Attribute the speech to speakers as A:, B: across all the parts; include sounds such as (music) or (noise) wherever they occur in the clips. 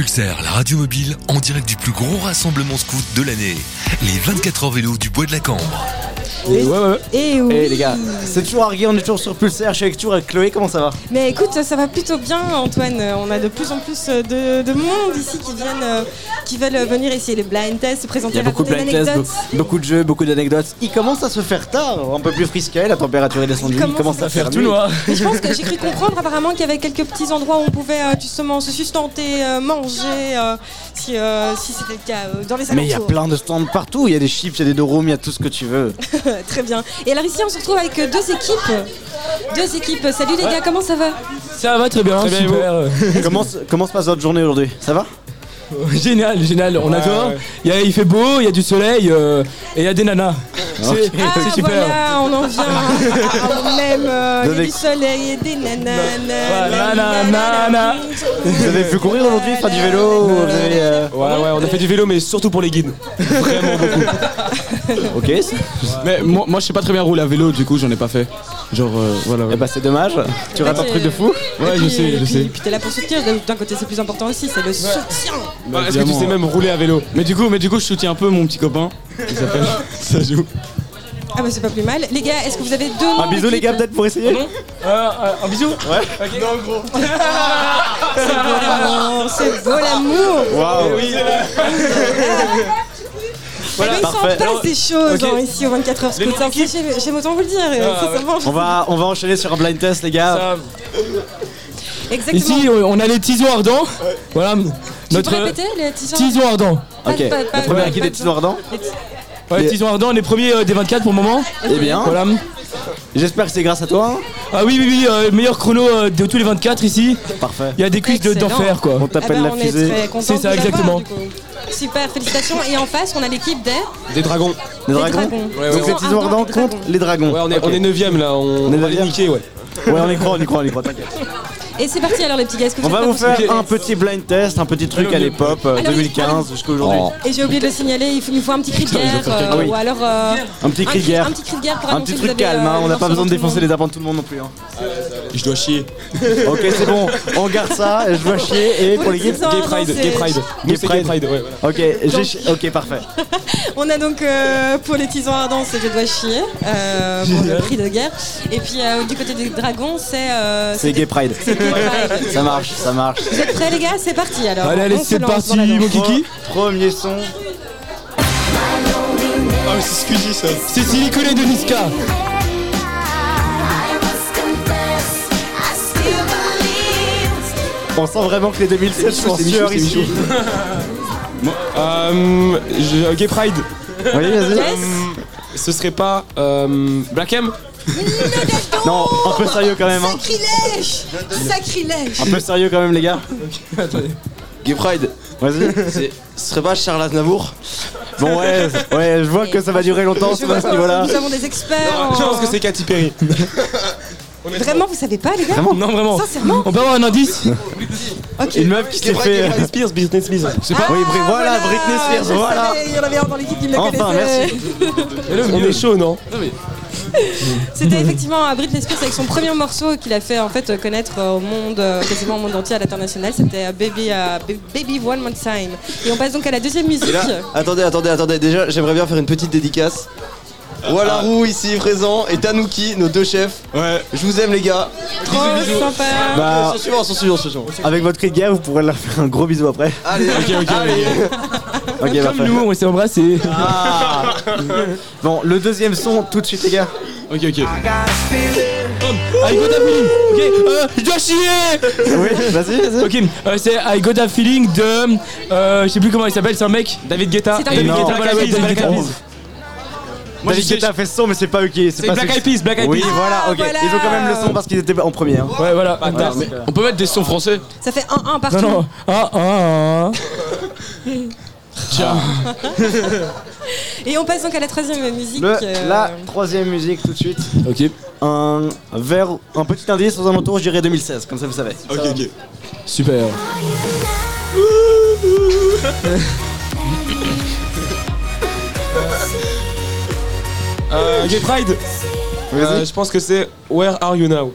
A: Pulsar, la radio mobile, en direct du plus gros rassemblement scout de l'année. Les 24 heures vélo du Bois de la Cambre.
B: Et, ouais, ouais.
C: Et oui.
B: Eh, les gars, c'est toujours Argué, on est toujours sur Pulsar, je suis avec- toujours avec Chloé, comment ça va
C: Mais écoute, ça va plutôt bien, Antoine. On a de plus en plus euh, de, de monde ici qui viennent, euh, qui veulent venir ici. Les blind tests,
D: Il
C: se
D: y
C: présenter,
D: a beaucoup de
C: raconter
D: blind
C: des
D: tests,
C: anecdotes.
D: be- beaucoup de jeux, beaucoup d'anecdotes.
B: Il commence à se faire tard, un peu plus frisquet, la température est descendue,
C: Il
B: il
C: commence
B: commence à faire
E: Faire tout
B: nuit.
E: noir.
C: Mais je pense que j'ai cru comprendre apparemment qu'il y avait quelques petits endroits où on pouvait euh, justement se sustenter, euh, manger, euh, si, euh, si c'était le cas, euh, dans les
B: Mais il y a
C: alentours.
B: plein de stands partout, il y a des chips, il y a des dorums, il y a tout ce que tu veux.
C: (laughs) Très bien. Et alors ici, on se retrouve avec euh, deux équipes. Deux équipes. Salut les gars, comment ça va
E: Ça va très bien,
D: Très bien,
E: (laughs)
B: (laughs)
E: super.
B: comment, se- comment se passe votre journée aujourd'hui Ça va
E: génial, génial. On
D: Ouais,
E: adore.
D: ouais.
E: Il y a- il fait beau, il y a du soleil euh, et il y a des nanas.
C: (laughs)
E: C'est euh,
C: Ah
E: c'est super.
C: voilà, on
B: (laughs)
C: en vient à- à- même euh, il y a
B: Avec-
C: du soleil et des nananas.
E: Voilà,
C: nanana.
E: nanana.
B: Vous (laughs) avez pu courir aujourd'hui, faire du vélo vous avez, euh,
E: Ouais, ouais, on a fait du vélo, mais surtout pour les guides.
B: Ok, c'est-
D: Mais moi, moi, je sais pas très bien rouler à vélo, du coup, j'en ai pas fait. Genre, euh, voilà. ouais.
B: eh bah c'est dommage, tu rates un truc de fou.
D: ouais,
C: Et
D: je
C: puis-
D: sais,
C: et
D: je
C: puis-
D: sais.
C: Puis t'es là pour soutenir. D'un côté, c'est plus important aussi, c'est le soutien.
D: Bah,
E: Est-ce que tu sais
D: évidemment.
E: même rouler à vélo
D: Mais du coup, mais du coup, je soutiens un peu mon petit copain. Il s'appelle. (laughs) Ça joue.
C: Ah bah c'est pas plus mal. Les gars, est-ce que vous avez deux noms
B: Un bisou les gars,
C: d'équipes
B: peut-être pour essayer
E: euh, Un bisou (laughs)
C: Oh, C'est beau l'amour. Ah,
B: Waouh (laughs)
C: Mais il s'en
B: parfait.
C: passe des choses
E: ok.
C: hein, ici au 24 heures scout. Ça, J'aime j'aime autant vous le dire. euh, sincèrement.
B: Ah, on va, on va enchaîner sur un blind test les gars.
C: Exactement.
E: Ici, on on a les tisons ardents. Voilà.
C: Tu peux
E: Notre euh,
C: répéter les tisons
E: tison ardent.
C: Pas-
B: ok,
C: pas- pas-
B: la première
C: pas-
B: équipe
C: pas-
B: des petits noirs dents.
E: Ouais,
B: Les-
E: les tisons ardents, les premiers euh, des 24 pour le moment.
B: Eh
C: Hein
B: bien,
E: Voilà.
B: j'espère que c'est grâce à toi. hein.
E: Ah oui, oui, oui, euh, meilleur chrono euh, de tous les 24 ici.
B: Parfait.
E: Il y a des cuisses de-
C: Excellent.
E: d'enfer, quoi.
B: On
C: Ah bah,
B: t'appelle la
C: on est
B: fusée.
C: très contents
E: C'est
C: de vous
E: ça,
C: avoir,
E: exactement.
C: du coup. Super, félicitations. Et en face, on a l'équipe des,
F: Des dragons.
B: Les
C: des
B: dragons
F: ouais,
B: Donc
F: ouais.
B: les petits noirs dents
C: Ardents, des
B: contre
C: dragons.
B: les dragons.
F: Ouais, on est,
B: Ok.
F: on est 9ème là, on,
B: On est
F: on va les
B: neuvième.
F: niquer, ouais.
B: Ouais, on y croit, on y croit, on y croit, t'inquiète.
F: (laughs)
C: Et c'est parti alors les petits gars. Est-ce que
B: On va
C: êtes
B: vous
C: prêts pour
B: faire un petit blind test, un petit truc à l'époque, euh,
C: Alors,
B: 2015 jusqu'à aujourd'hui.
F: Oh.
C: Et j'ai oublié de le signaler, il faut, il faut un petit cri de guerre euh,
B: Ah oui.
C: ou alors euh,
B: Un petit cri de guerre.
C: Un petit cri de guerre pour
B: Un
C: annoncer
B: petit
C: que vous
B: truc
C: avez,
B: calme,
C: euh,
B: hein, on n'a
C: lancé
B: pas besoin de
C: tout le
B: défoncer
C: monde.
B: les arbres de tout le monde non plus. hein.
F: Je dois chier.
B: Ok, c'est bon, on garde ça, je dois chier. Et pour les
C: les
B: l'équipe,
C: petits
F: Gay
C: Non,
F: Pride,
C: non, c'est-
F: Gay Pride. Nous, c'est Gay Pride, ouais. voilà.
B: Ok, j'ai chi- ok, parfait.
C: On a donc euh, pour les tisons ardents, c'est Je dois chier euh, pour le cri de guerre. Et puis euh, du côté des dragons, c'est. euh,
B: C'est Gay Pride.
C: Pride.
B: (laughs) Ça marche, ça marche.
C: Vous êtes prêts les gars C'est parti alors.
E: Allez, allez,
C: On se
E: c'est
C: lance
E: parti,
C: dans la danse. Oh.
E: mon kiki.
B: Premier son.
F: Ah, mais c'est Squeezie ça.
E: C'est Silicone de Niska.
B: On sent vraiment que les 2007 sont en
F: c'est Michou,
B: sueur
F: c'est
B: ici.
F: Euh, je- Gay Pride,
B: Oui, vas-y.
C: Yes.
F: ce serait pas euh, Black M
B: Non, un peu sérieux quand même. hein.
C: Sacrilège Sacrilège
B: Un peu sérieux quand même, les gars.
G: Gay Pride,
B: Vas-y.
G: c'est- ce serait pas Charles Aznavour
B: Bon, ouais, ouais, je vois que ça va durer longtemps
C: Je
B: ce
C: vois
B: à ce
C: que
B: niveau-là.
C: Nous avons des experts. en-
F: Je pense que c'est Katy Perry.
C: Vraiment, vous savez pas les gars
E: Non, vraiment.
C: Sincèrement
E: On peut avoir un indice
B: Une meuf qui s'est fait.
F: Britney Spears, Britney Spears.
C: Ah,
B: Oui, Bri- voilà, Britney Spears,
C: je
B: voilà.
C: savais, Il y en avait un dans l'équipe qui me la
B: Enfin,
C: connaissait.
B: merci.
F: On est chaud, non
C: C'était effectivement à Britney Spears avec son premier morceau qu'il a fait en fait connaître au monde, euh, quasiment au monde entier, à l'international. C'était euh, Baby, euh, Ba- Baby One More Time. Et on passe donc à la deuxième musique.
G: Et là, attendez, attendez, attendez. Déjà, j'aimerais bien faire une petite dédicace.
B: Ah.
G: Wallarou ici présent et Tanuki, nos deux chefs.
F: Ouais.
G: Je vous aime les gars.
C: Trop sympa.
B: Bah,
G: Sur suivant, sur suivant, sur suivant.
B: avec votre cri de guerre, vous pourrez leur faire un gros bisou après.
G: Allez,
B: (laughs)
G: allez.
B: Ok,
E: Comme
B: parfait. Ah.
E: nous, on s'est embrassés.
B: Bon, le deuxième son, tout de suite, les gars.
F: Ok, ok.
E: I got a feeling. Ok, euh, je dois chier.
B: Oui, vas-y, vas-y.
E: Ok, euh, c'est I got a feeling de. euh, je sais plus comment il s'appelle, c'est un mec.
F: David Guetta.
C: C'est un
F: Et
C: David
F: non.
E: Guetta,
F: Black Eyed Peas,
E: David
F: Black
E: Guetta.
F: Eyed Peas. Moi,
B: David
F: je-
B: Guetta fait son, mais c'est pas eux qui.
F: C'est
B: pas
F: Black
B: ceux qui-
F: Eyed Peas, Black Eyed
B: Oui,
F: Peas.
B: voilà, ok.
C: voilà.
B: Ils ont quand même le son parce qu'ils étaient en premier. hein.
E: Ouais, voilà.
F: On peut mettre des sons français
C: Ça fait 1-1 partout.
E: Non, non. Ah, ah, ah.
C: Et on passe donc à la troisième musique.
B: Le,
C: euh,
B: La troisième musique, tout de suite.
E: Ok.
B: Un, vers, un petit indice aux alentours, je dirais 2016, comme ça vous savez.
F: Ok, ok.
E: Super.
F: Euh, Gay Pride,
B: Vas-y.
D: euh,
F: Euh, je pense que c'est Where Are You Now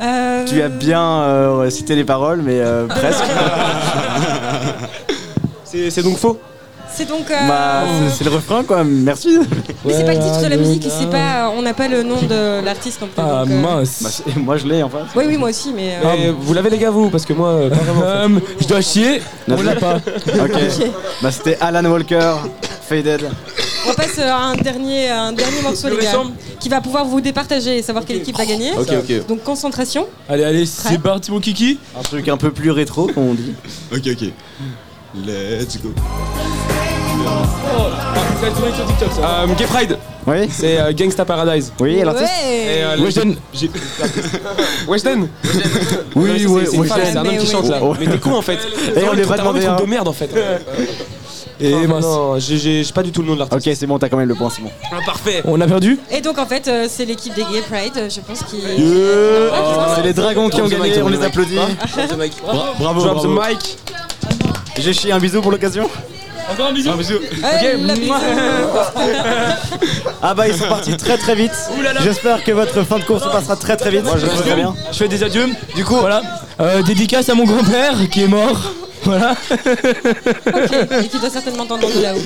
C: Euh,
B: Tu as bien euh, ouais, cité les paroles, mais euh, presque.
F: C'est c'est donc faux
C: C'est donc. euh,
B: Bah, c'est- c'est le refrain, quoi. Merci.
C: Mais c'est pas le titre de la musique, et c'est pas, on n'a pas le nom de l'artiste non plus.
E: Ah
C: donc, euh,
B: Bah,
E: mince.
B: c'est- moi, je l'ai en face.
C: Oui, oui, moi aussi, mais.
B: Ah,
C: euh,
E: Mais Eh, vous l'avez les gars vous Parce que moi, euh, pas vraiment.
F: Hum, Je dois chier
B: On l'a
E: (laughs)
B: pas. ok. Bah, c'était Alan Walker, Faded.
C: On passe à un dernier, un dernier morceau, les gars,
F: ressemble.
C: qui va pouvoir vous départager et savoir quelle équipe va gagner.
D: Ok, ok.
C: Donc concentration.
F: Allez, allez, c'est parti mon kiki
B: Un truc un peu plus rétro, comme on dit.
H: Ok, ok. Let's go.
F: Ça a tourné sur TikTok ça
E: Euh, Gay Pride,
B: Oui.
E: c'est euh, Gangsta Paradise.
B: Oui, l'artiste.
E: Et,
C: Ouais.
E: euh,
F: Weshden
E: j'ai-
D: (laughs)
E: Weshden Ouais, c'est- c'est-
B: Weshden.
E: C'est un homme qui
C: Mais
E: chante
C: oui.
E: là. Mais t'es con
D: (laughs)
E: en fait.
B: Et on
E: T'as
B: les
E: vraiment
B: va demander hein.
E: des trucs
B: un.
E: de merde en
F: (laughs)
E: fait. Et
F: Oh,
E: mince.
F: Non, j'ai- j'ai j'ai pas du tout le nom de l'artiste.
B: Ok, c'est bon, t'as quand même le point, c'est bon.
E: Ah, parfait. On a perdu
C: Et donc en fait, euh, c'est l'équipe des Gay Pride, euh, je pense, qui.
B: C'est les dragons qui ont gagné, on les applaudit.
H: Bra- bravo,
E: Drop the
H: bravo.
E: mic.
B: J'ai chié un bisou pour l'occasion.
F: Encore un bisou
E: Ah,
C: Ouais, euh, la bise.
B: Ah bah ils sont partis très très vite. J'espère que votre fin de course se passera très très vite. Moi je très bien.
F: Je fais des adieux
G: Du coup,
E: Voilà. Euh, dédicace à mon grand-père qui est mort. (laughs) Voilà.
C: Ok, et qui doit certainement t'entendre de là-haut.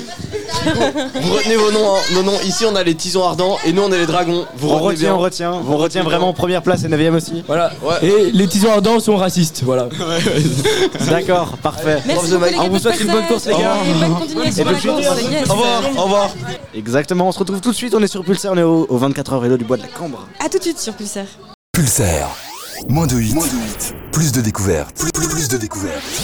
G: vous retenez vos noms. hein. Nos noms. Ici, on a les tisons ardents et nous, on est les dragons. Vous
B: On
G: retenez
B: retient,
G: bien.
B: on retient. On retient vraiment en première place et 9 aussi.
E: Voilà.
G: Ouais.
E: Et les tisons ardents sont racistes. Voilà.
B: D'accord, parfait.
C: Merci
G: the
C: beaucoup,
G: mic.
C: les
G: On
C: gars,
B: vous souhaite
C: passage.
B: une bonne course, les gars.
C: Et bonne continuation
B: Et
C: à la
B: bonne chance.
C: course. Yes.
G: Au revoir, au revoir.
B: Exactement, on se retrouve tout de suite, on est sur Pulsar, on est au, au 24h vélo du bois de la Cambre.
C: À tout de suite sur Pulsar.
H: Pulsaire. Moins de 8. Plus de découvertes. Plus, plus de découvertes.